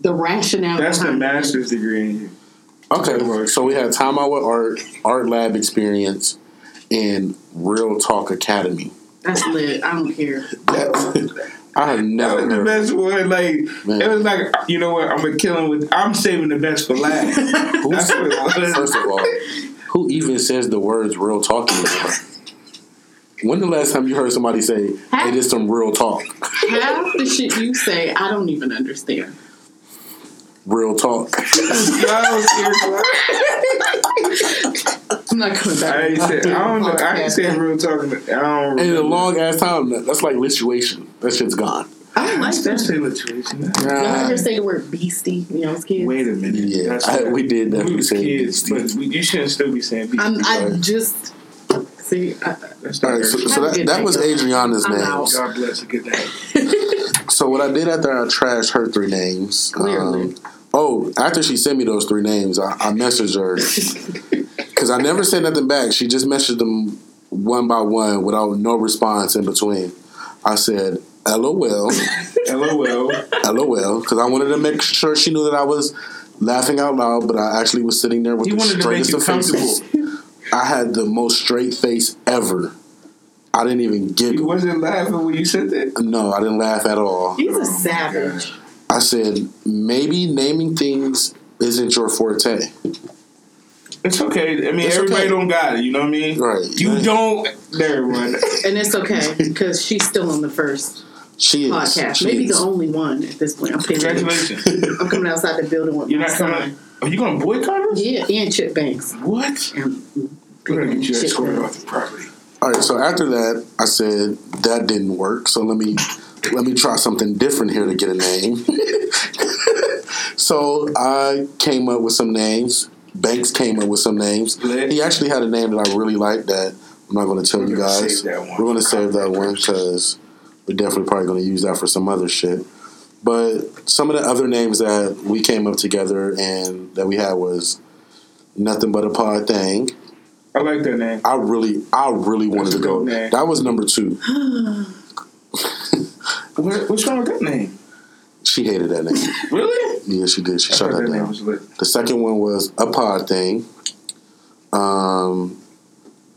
the rationale.
That's the
behind it.
master's degree in you.
Okay, so we had Time Out with Art, Art Lab Experience, and Real Talk Academy.
That's lit. I don't care.
That- I have
That was
never
the
heard.
best one. Like
Man.
it was like you know what? I'm gonna kill him with. I'm saving the best for last. That's what it was.
First of all, who even says the words real talk anymore? When the last time you heard somebody say, hey, this some real talk?
Half the shit you say, I don't even understand.
Real talk.
I was serious.
I'm not coming back.
I ain't say, I don't know. I ain't saying real talking. I don't.
In a
remember.
long ass time, that- that's like lituation. That shit's gone.
I don't like that.
That's the illustration.
Y'all ever say the word beastie when y'all was kids?
Wait a minute.
Yeah,
That's
I-
right.
we did
We
definitely
was
say
kids,
beastie.
but we, you shouldn't still be saying beastie.
I'm, I
Right.
just see. I,
That's
All
not
right, so, so
Have a
that,
good
that
day,
was
y'all.
Adriana's
I'm
name.
out.
God bless you. Good night.
So what I did after I trashed her three names.
Clearly.
um, oh, after she sent me those three names, I, I messaged her because I never said nothing back. She just messaged them one by one without no response in between. I said, "LOL,
LOL.
LOL," because I wanted to make sure she knew that I was laughing out loud, but I actually was sitting there with
He
the
wanted to make
straightest
you
of faces.
comfortable.
I had the most straight face ever. I didn't even
He
giggle.
wasn't laughing when you said that.
No, I didn't laugh at all.
he's
Oh, my
a savage.
I said, maybe naming things isn't your forte.
It's okay. I mean,
It's
everybody
okay.
don't got it. You know what I mean?
Right.
You don't. There, everyone.
And it's okay because she's still on the first
She is.
podcast.
She
Maybe the
is.
only one at this point. I'm, kidding.
Congratulations.
I'm coming outside the building with
You're
my
not
son.
coming. Are you gonna boycott us?
Yeah, and Chip Banks.
What?
And
We're gonna get you
Shit.
escorted off the property.
All right. So after that, I said that didn't work. So let me let me try something different here to get a name. so I came up with some names. Banks came up with some names.
Lit.
He actually had a name that I really liked. That I'm not going to tell
We're
you
gonna
guys.
save that one
We're going to
for
save that
copyright
one
purposes.
because we're definitely probably going to use that for some other shit. But some of the other names that we came up together and that we had was nothing but a pod thing.
I like that name.
I really, I really wanted
That's a
to go.
good name.
That was number two.
What, what's wrong with that name?
She hated that name.
Really?
yeah, she did. She
I
shut
thought
that
that name
down.
was lit.
The second one was a pod thing. Um,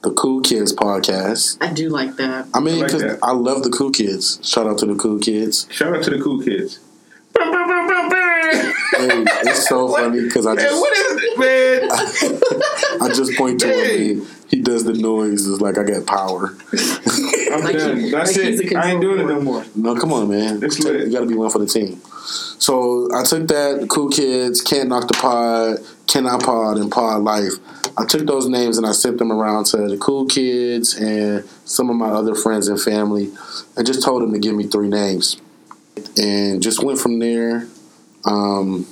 the Cool Kids podcast.
I do like that.
I mean,
I like
because
that.
I love the Cool Kids. Shout out to the Cool Kids.
Shout out to the cool kids. Man,
Hey, it's so funny because I just
what is it, man?
I just point to
Hey.
him. And he does the noise. It's like I got power.
I'm
Like
done.
he-
That's
like he's a
it. I ain't
control
doing it no more.
No, come on, man.
It's lit.
you got to be one for the team. So I took that cool kids can't knock the pod, can I pod, and pod life. I took those names and I sent them around to the cool kids and some of my other friends and family, and just told them to give me three names, and just went from there. Um,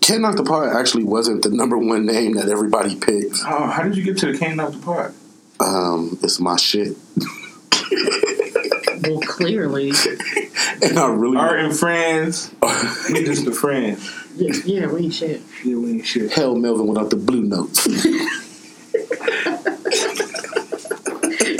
can knock the pod actually wasn't the number one name that everybody picked.
Oh, Mm-hmm. how did you get to the Can't Knock the Park?
Um, it's my shit.
Well, clearly,
And I really
Art and friends. We just the friends.
yeah, yeah, we ain't shit.
Yeah, we ain't shit.
hell Melvin without the blue notes.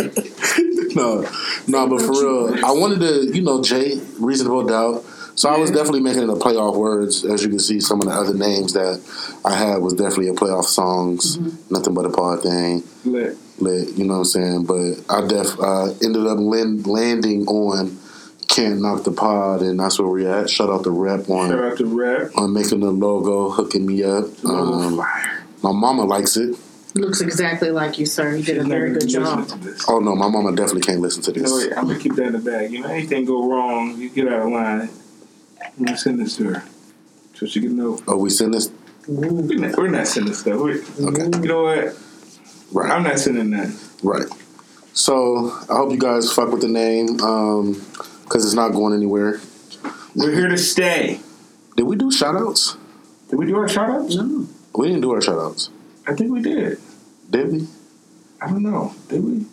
no, no, but for real, I wanted to, you know, Jay, reasonable doubt. So I was definitely making it a playoff words, as you can see. Some of the other names that I had was definitely a playoff songs. Nothing but a pod thing.
Lit.
Lit, you know what I'm saying? But I def uh, ended up land, landing on can't knock the pod, and that's where we at. Shout out the rep on
Shout out to Rap.
on making the logo, hooking me up. Um,
Fire.
my mama likes it.
Looks exactly like you, sir. You did a very good job.
Oh no, my mama definitely can't listen to
No,
this.
wait, I'm gonna Oh, keep that in the bag. You know, anything go wrong, you get out of line. I'm gonna send this to her. So she can know.
Oh, we send this
Ooh,
We're not, we're not sending stuff. We're,
Okay.
You know what?
right,
I'm not sending nothing.
right. So I hope you guys fuck with the name, um, cause it's not going anywhere.
We're here to stay.
Did we do shout outs?
Did we do our shout outs?
no.
We didn't do our shout outs,
I think we did.
did we?
I don't know. Did we?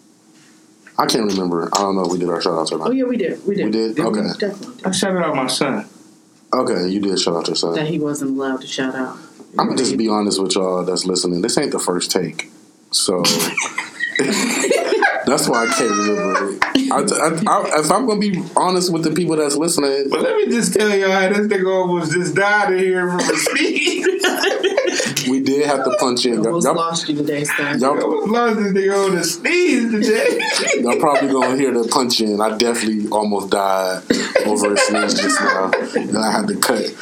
I can't remember. I don't know if we did our shout outs or
Oh
not.
yeah, we did. We did.
We did? Okay.
Definitely did.
I shouted out my son.
Okay, you did shout out your son.
That he wasn't allowed to shout out.
I'm gonna just be honest with y'all that's listening. This ain't the first take, so that's why I can't remember. it. I, I, I, if I'm gonna be honest with the people that's listening,
But let me just tell y'all, how this nigga almost just died in here from a speed.
we did have to punch in. Y'all,
Almost
y'all,
lost you today, sir.
I
y'all,
almost lost this nigga on the sneeze today.
y'all probably gonna hear the punch in. I definitely almost died over a sneeze just now, and I had to cut,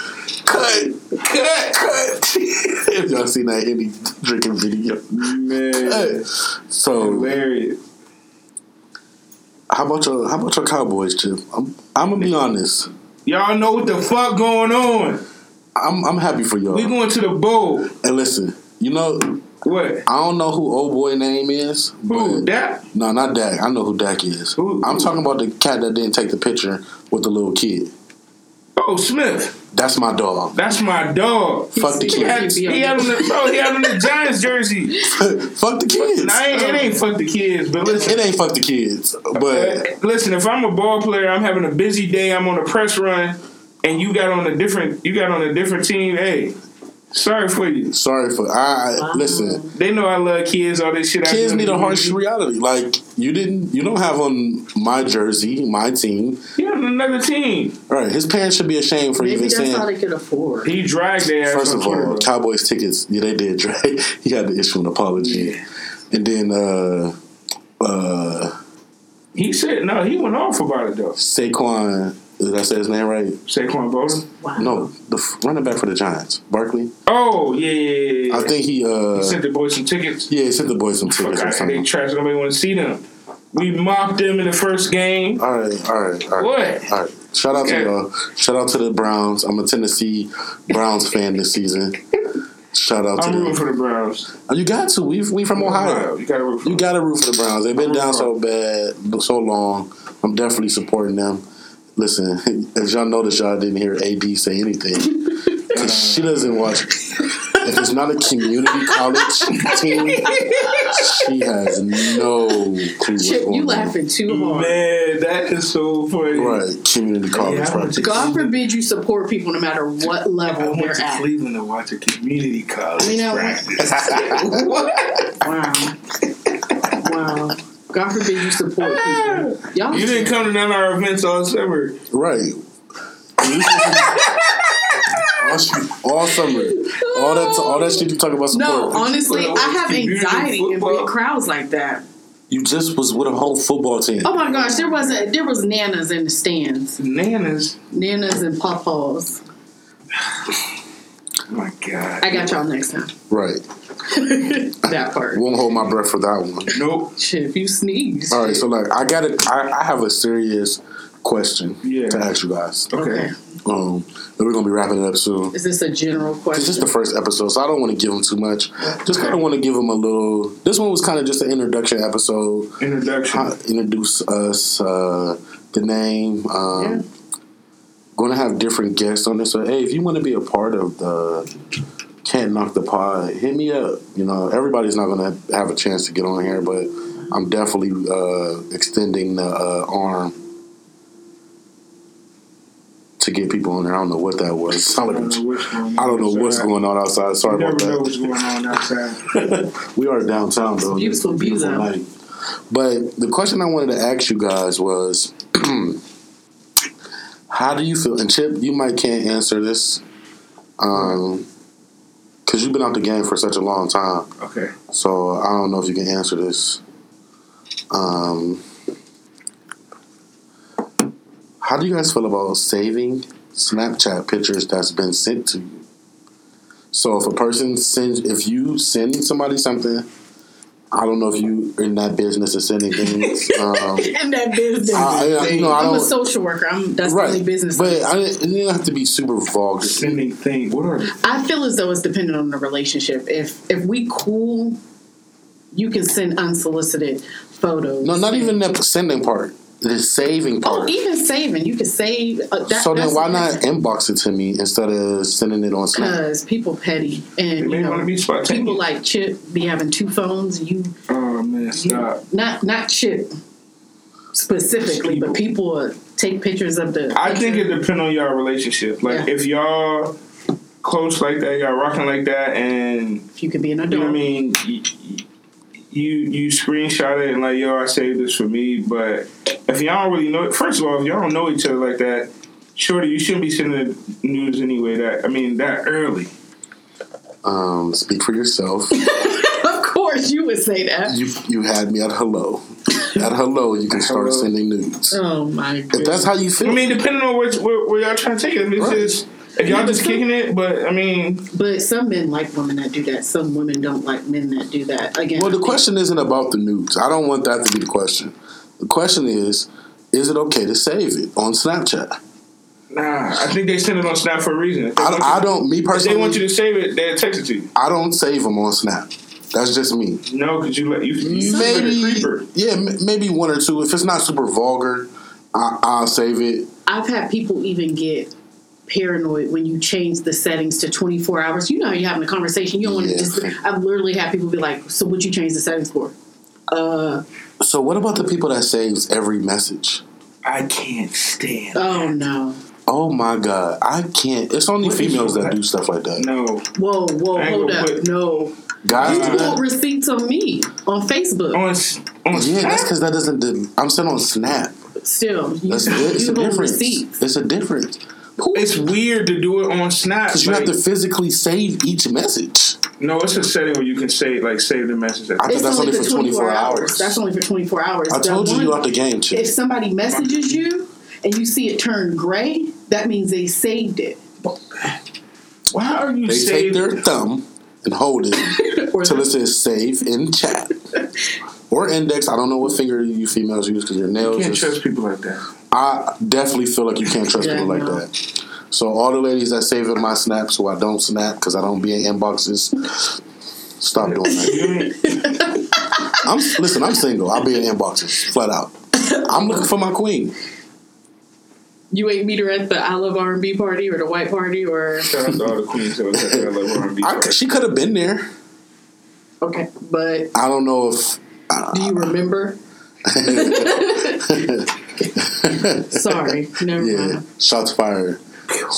cut, cut, cut. if y'all seen that Henny drinking video,
Man,
so
hilarious.
how about your how about your Cowboys, Chip? I'm I'm gonna be honest.
Y'all know what the fuck going on.
I'm I'm happy for y'all.
We going to the bowl.
And listen, you know,
What?
I don't know who old boy name is.
Who?
but-
That?
No, not Dak. I know who Dak is.
Who-
I'm
who?
talking about the cat that didn't take the picture with the little kid.
Oh, Smith.
That's my dog.
That's my dog.
Fuck the
He had,
kid.
he had him the, bro, he had him the Giants jersey.
fuck the kids.
Now, I ain't, it ain't fuck the kids, but listen.
It ain't fuck the kids.
Uh,
But
listen, if I'm a ball player, I'm having a busy day. I'm on a press run, and you got on a different you got on a different team. Hey, sorry for you.
sorry for I I- listen.
They know I love kids. All this shit. I
Kids
do.
need a harsh reality. Like you didn't, you don't have on my jersey, my team.
He on another team.
All right, his parents should be ashamed for
Maybe
even
that's all
saying.
they could afford.
He dragged their ass.
First
on
of
Twitter.
all, Cowboys tickets. Yeah, they did. Right? He had to issue an apology,
Yeah.
and then uh, uh,
he said no. He went off about it though.
Saquon. Did I say his name right?
Saquon Bowden.
Wow.
No, the f- running back for the Giants, Barkley.
Oh yeah, yeah, yeah.
I think he.
he
uh
sent the boys some tickets.
Yeah, he sent the boys some
Fuck
tickets or
outta here, they
something.
trash. Nobody want to see them. We mopped them in the first game.
All right, all right, all right.
What?
All right. Shout out
Okay.
to y'all. Shout out to the Browns. I'm a Tennessee Browns fan this season. Shout out to
I'm rooting
them.
for the Browns.
Oh, you got to. We we from Ohio.
You gotta root for
You
them.
got to root for the Browns. They've been
I'm
down
rooting
so bad, so long. I'm definitely supporting them. Listen, as y'all notice, y'all didn't hear AD say anything. 'Cause she doesn't watch. If it's not a community college team, she has no clue what's
Chip,
going
you
on.
laughing too hard.
Man, that is so funny.
Right, community college
Yeah, I went to-
practice.
God forbid you support people no matter what
I
level
went
they're
to
at.
Cleveland to watch a community college
You know what?
practice.
Wow. wow. God forbid you support people. Y'all
you didn't come to none of our events all summer.
Right. all, shit- all summer, all that, all that shit you talk about support.
No, honestly,
Well,
I have
it's community
anxiety in
football.
big crowds like that.
you just was with a whole football team.
Oh my gosh, there wasn't there was nanas in the stands.
Nanas.
Nanas and pawpaws.
Oh my God.
I got y'all next time.
Right.
that part.
Won't hold my breath for that one.
Nope.
Shit, if you sneeze.
All right, so like I got to I, I have a serious question
Yeah.
to ask you guys.
Okay.
Okay.
Um, and we're gonna be wrapping it up soon.
Is this a general question?
This is the first episode, so I don't want to give them too much. Just kind of want to give them a little. This one was kind of just an introduction episode.
Introduction.
How, introduce us, uh, the name. Um,
Yeah.
Going to have different guests on this. So hey, if you want to be a part of the can't knock the pod, hit me up. You know, everybody's not gonna have a chance to get on here, but I'm definitely uh, extending the uh, arm to get people on there. I don't know what that was. Sound like a- I don't know what's going on outside. Sorry
You never
about
know what's
that.
going on outside.
we are downtown though. and
Beautiful
it's a
views out.
night. But the question I wanted to ask you guys was, how do you feel? And Chip, you might can't answer this, um, because you've been out the game for such a long time.
Okay.
So I don't know if you can answer this. Um, how do you guys feel about saving Snapchat pictures that's been sent to you? So if a person sends, if you send somebody something, I don't know if you in that business of sending things. Um,
in that business.
I- I- Ah, you know, I
I'm a
don't-
social worker. I'm that's the only
right,
business.
but I, it didn't have to be super vulgar.
Sending things. What are they?
I feel as though it's dependent on the relationship. If if we cool, you can send unsolicited photos.
No, not even the sending part. The saving
Oh,
part.
even saving, you can save. Uh, that,
so then
that's
why
the
not
thing.
inbox it to me instead of sending it on Snap?
Because people petty
They
and you
may want
know,
to be
people
spontaneous.
like Chip be having two phones. You
Oh man, stop.
not not Chip specifically, but people uh, take pictures of the.
I think it depends on y'all relationship. Like
Yeah.
if y'all close like that, y'all rocking like that, and
if you could be an adult.
You know what I mean? You, you you screenshot it and like, yo, I saved this for me. But if y'all don't really know, first of all, if y'all don't know each other like that, shorty, you shouldn't be sending the news anyway. That I mean, that early.
Um, speak for yourself.
Of course, you would say that.
you you had me at hello. At hello, you can start
Hello.
sending nudes.
Oh my
If
god!
that's how you feel,
I mean, depending on where, where, where y'all trying to take it. I mean, it's
Right.
just if y'all just kicking it, but I mean,
But some men like women that do that. Some women don't like men that do that. Again,
well, the question isn't about the nudes. I don't want that to be the question. The question is, is it okay to save it on Snapchat?
nah. I think they send it on Snap for a reason. If they
I,
want
I
you-
don't. Me
If they want you
personally,
to save it, they'll text it to you.
I don't save them on Snap. That's just me.
No, because you let you, you let it
Maybe,
creeper.
yeah, m- maybe one or two. If it's not super vulgar, I, I'll save it.
I've had people even get paranoid when you change the settings to 24 hours. You know, you're having a conversation. You don't want
Yeah.
to just. I've literally had people be like, "So, what you change the settings for?" Uh,
So, what about the people that saves every message?
I can't stand.
Uh,
oh no!
Oh my god, I can't. It's only
What is
females
your-
that do stuff like that.
no,
Whoa, whoa,
I ain't
hold
gonna
up!
put-
no,
Guys,
you
do that.
pulled receipts on me on Facebook.
on s- on
Yeah,
Snap?
that's because that doesn't. do- I'm still on Snap.
Still, you,
That's it's
you
a
hold
difference.
receipts.
It's a difference
Who-
It's weird to do it on Snap.
because you have
like-
to physically save each message.
no, it's a setting where you can say like save the message.
I
It's
thought that's
only,
only
for
for 24 hours.
That's only for 24 hours.
I
That
told you
one-
you out the game,
if
chick.
somebody messages you and you see it turn gray, that means they saved it.
Why are you
They take
saving?
their thumb and hold it
Or
till it says save in chat or index. I don't know what finger you females use because your
you
nails.
can't
Is,
trust people like that.
I definitely feel like you can't trust
Yeah,
people like
no.
that. So all the ladies that save in my snap, so I don't snap because I don't be in inboxes. Stop doing that.
You ain't-
I'm listen. I'm single. I'll be in inboxes flat out. I'm looking for my queen.
you ain't meet her at the I Love R&B party or the white party or
Shout out to all the queens that was at that level R&B
I,
party.
she could have been there.
okay, but
I don't know if.
do you remember? Sorry, never
Yeah,
mind.
shots fired.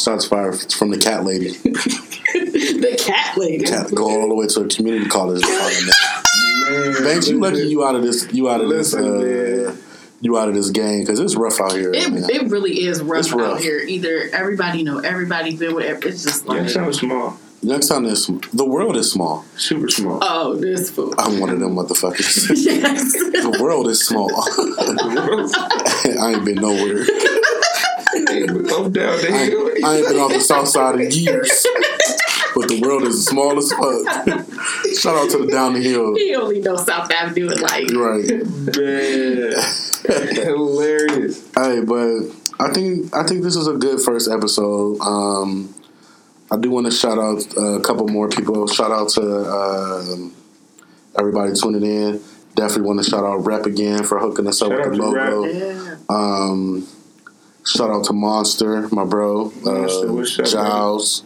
Shots fired from the cat lady.
The cat lady.
Cat go all the way to a community college.
Man,
Thanks, you lucky
listen.
you out of this. You out of this.
Listen,
Uh,
man.
you out of this game because it's rough out here. man.
It, it really is rough,
It's rough.
out here. Either everybody know everybody been with. ev- It's just
Yeah,
like
it sounds small,
Youngstown is sm- the world is small.
super
Uh,
small.
oh, this fool.
I'm one of them motherfuckers.
yes.
the world is small. I ain't been nowhere.
Hey, we both down there.
I ain't, I ain't been off the south side in years. But the world is small as fuck. Shout out to the down the hill.
He only knows South Avenue and like
You're right.
Man, hilarious.
Hey, but I think I think this is a good first episode. Um, I do want to shout out uh, a couple more people. Shout out to um, everybody tuning in. Definitely want to shout out Rep again for hooking us up
Shout
with the
out to Rep.
logo.
yeah.
Um, shout out to Monster, my bro,
Monster,
uh,
what's up,
Giles,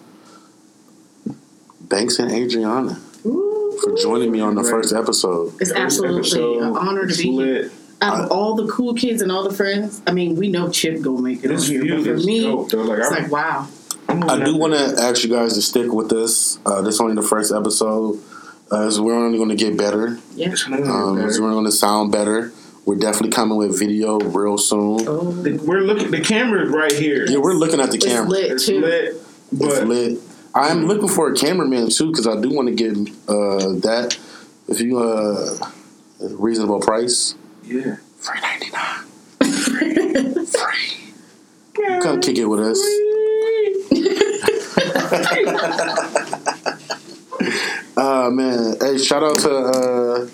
Banks, and Adriana
Ooh.
for joining me on the first episode.
It's absolutely an honor to be here.
Lit.
out of all the cool kids and all the friends, I mean, we know Chip gonna make it.
This
on here,
view
but for
is
me,
dope, though. Like,
it's
I'm-
like wow.
I'm
I do
moving
want to ask you guys to stick with us. Uh, this is only the first episode. Uh, so we're only going to get better.
Yeah.
Um,
on.
so we're going to sound better. We're definitely coming with video real soon.
Oh,
The- We're looking. The camera's right here.
Yeah, we're looking at the
it's
camera.
lit
It's
too.
lit, but
It's lit. I'm looking for a cameraman too because I do want to get uh, that. If you uh, a reasonable price,
yeah,
three ninety nine. Free. Come kick it with us. Uh man, hey, shout out to uh,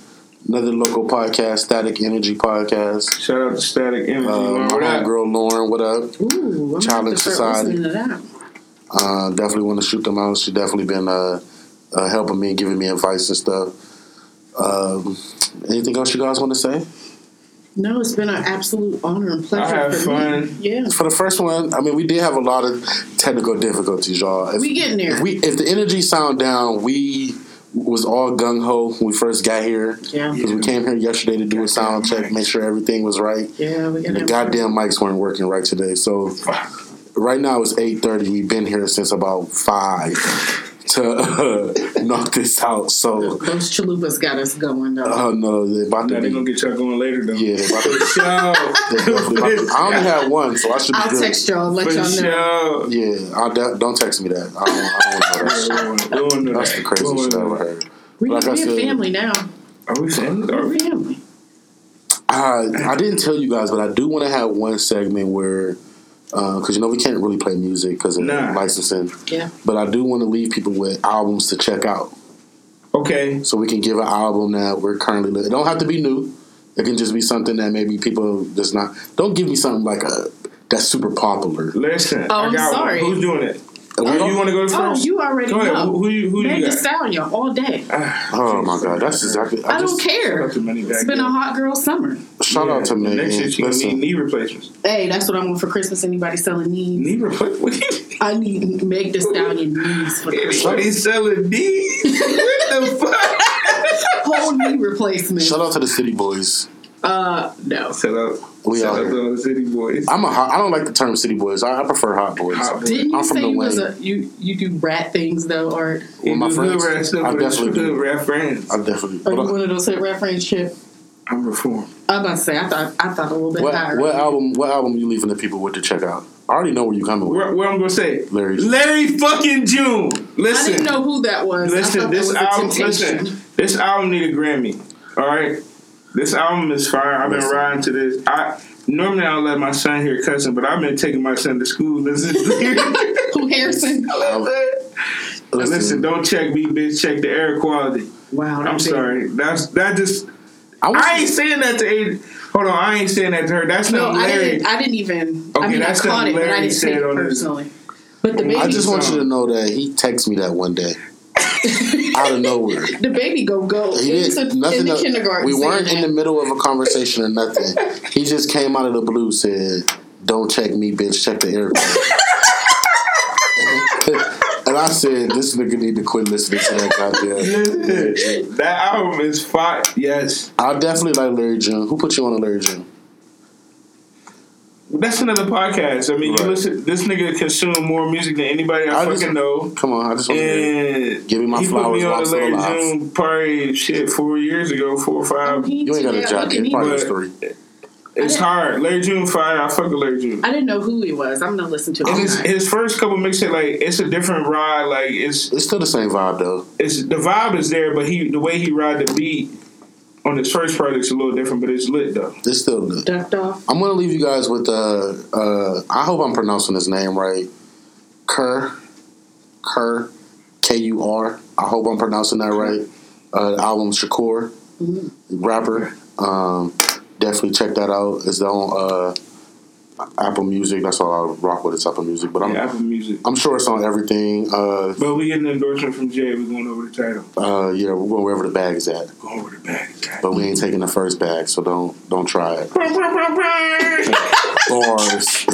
another local podcast, Static Energy Podcast.
shout out to Static Energy.
Uh,
Lauren,
my
what up?
homegirl Lauren, what up?
Ooh, I'm
Challenge
gonna have to start
Society.
listening to that.
Uh, definitely want to shoot them out. She definitely been uh, uh, helping me, giving me advice and stuff. Um, anything else you guys want to say?
No, it's been an absolute honor and pleasure.
I had
for me.
fun.
Yeah,
For the first one, I mean, we did have a lot of technical difficulties, y'all. If,
we getting there.
if we if the energy sound down, we was all gung ho when we first got here
yeah,
because we came here yesterday to do a sound check, make sure everything was right.
yeah, we
And
got
the goddamn mics weren't working right today. So right now it's eight thirty. We've been here since about five to uh, knock this out. So
Those chalupas got us going though.
uh, no, they're about
Now
to
they
be.
gonna get y'all going later though.
Yeah, they're about to,
For sure.
they're definitely about to- I only had one, so I should be
I'll
good.
text y'all, let
For
y'all know.
sure.
Yeah, I don't- don't text me that. I don't, I don't wanna know that.
We're doing that.
That's the
We're
craziest shit I
doing
ever
that.
heard.
We,
Like I
we
said-
a family now.
Are we family? Are
We're
we?
family.
I, I didn't tell you guys, but I do want to have one segment where, because you know we can't really play music because of
Nah.
licensing.
Yeah.
But I do want to leave people with albums to check out,
Okay.
so we can give an album that we're currently. It don't have to be new. It can just be something that maybe people just not. Don't give me something like a that's super popular.
Listen.
Oh,
I
I'm
got
sorry.
One. Who's doing it?
We
Oh,
don't-
you want to go first?
Oh, you already
go ahead.
know.
Who, who you? Who
Meg
you
Thee
got? Ah,
Stallion all day.
oh my god, that's exactly. I,
I
just
don't care.
Shout out to Money
It's
Bag
been a
Girl.
hot girl summer.
shout out to
Yeah,
me.
Next year she gonna need
Listen,
knee replacements.
Hey, that's what I want for Christmas. Anybody selling knees?
Knee replacements.
I need Meg Thee Stallion knees for Christmas.
Anybody selling knees? what the fuck?
Whole knee replacement.
shout out to the City Boys.
Uh, no.
Shout out.
We
shout
out
out
here.
to all the city boys.
I'm a hot, I don't like the term City Boys. I, I prefer Hot Boys.
Hot boys.
Didn't you
I'm from
say
the
you was
Wayne.
a you you do rat things though, or
With my
You do
friends,
good rap stuff
I
with us,
definitely
you
do.
good rap friends.
I definitely.
are
but I-
you one of those hit rat friendship?
I'm reformed.
I'm about to say I thought I thought a little bit
What,
higher.
what album? What album you leaving the people with to check out? I already know where you coming with.
Where, where I'm gonna say
Larry.
Larry fucking June.
I
Listen,
didn't know who that was. I
listen.
thought
This
that was
album,
a temptation.
listen. This album need a Grammy. All right. This album is fire. I've been
Listen.
riding to this. I normally I don't let my son hear cussing, but I've been taking my son to school. Listen, listen,
Who Harrison?
listen. Don't check me, bitch. Check the air quality.
Wow,
I'm
that
sorry. That's that just.
I, was,
I ain't saying that to. Aiden. Hold on. I ain't saying that to her. That's
big- No,
not
I
Larry.
didn't. I didn't even.
Okay,
I mean, I
that's
caught it, but I
Larry
didn't take
said
it
on his-
personally. But the baby,
I just want
song.
you to know that he texts me that one day out of nowhere.
the baby go go
He
into
didn't nothing.
in the
of-
kindergarten.
we
saying
weren't in
that.
the middle of a conversation or nothing. He just came out of the blue said, "Don't check me, bitch. Check the air." and I said, "This nigga need to quit listening to that goddamn."
Listen, that album is fire. Yes.
I definitely like Larry June. Who put you on a Larry June?
That's another podcast. I mean,
Right.
you listen. This nigga consume more music than anybody I,
I
fucking
just-
know.
Come on, I just want to hear. it.
And
Give me my
he put
flowers
me
while
on
I'm
the
still
Larry
alive.
June party shit four years ago, four or five.
He
Um, You ain't got
did
a
that.
job.
Look at
It's
him.
probably
But-
just three.
It's
I-
hard. Larry June fire. I fuck with Larry June.
I didn't know who he was. I'm gonna listen to
And his,
it.
his first couple mixtape, like it's a different ride. Like it's
It's still the same vibe though.
it's the vibe is there, but he the way he ride the beat on his first project's a little different, but it's lit though.
It's still good.
Ducked off.
I'm gonna leave you guys with uh uh I hope I'm pronouncing his name right. Kerr Kerr K U R. I hope I'm pronouncing that right. Uh the album Shakur Mm-hmm. rapper. Um definitely check that out. It's on uh Apple Music. That's all I rock with is Apple Music. But I'm
Yeah, Apple Music.
I'm sure it's on everything. Uh
But we getting an endorsement from Jay. We're going over the title.
uh yeah, we're going wherever the bag is at.
Going over the bag. Zach.
But we ain't taking the first bag, so don't don't try it. bars,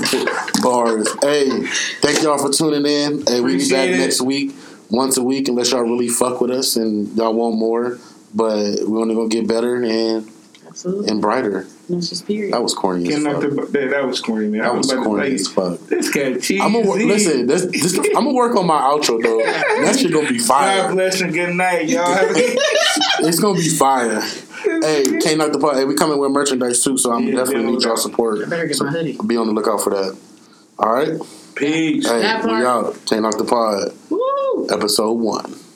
bars. Hey, thank y'all for tuning in. Hey, we be back
Appreciate it.
next week, once a week, unless y'all really fuck with us and y'all want more. But we only gonna get better, and
Absolutely.
and brighter.
And it's just period.
That was corny. As
Getting off
fuck.
the, that, that was corny, man. I
That was
about to
corny
say,
as fuck.
This guy cheesy.
I'm gonna listen. This, this, I'm gonna work on my outro though. That shit gonna be
God
fire.
bless and good night, y'all. Have a good
It's gonna be fire. Hey, can't knock the part. Hey, we coming with merchandise too, so I'm
Yeah,
definitely
yeah.
need y'all support.
I better get my hoodie.
Be on the lookout for that. All right.
Peace.
Hey,
That
we
part.
out. Can't knock the pod.
Woo!
Episode one.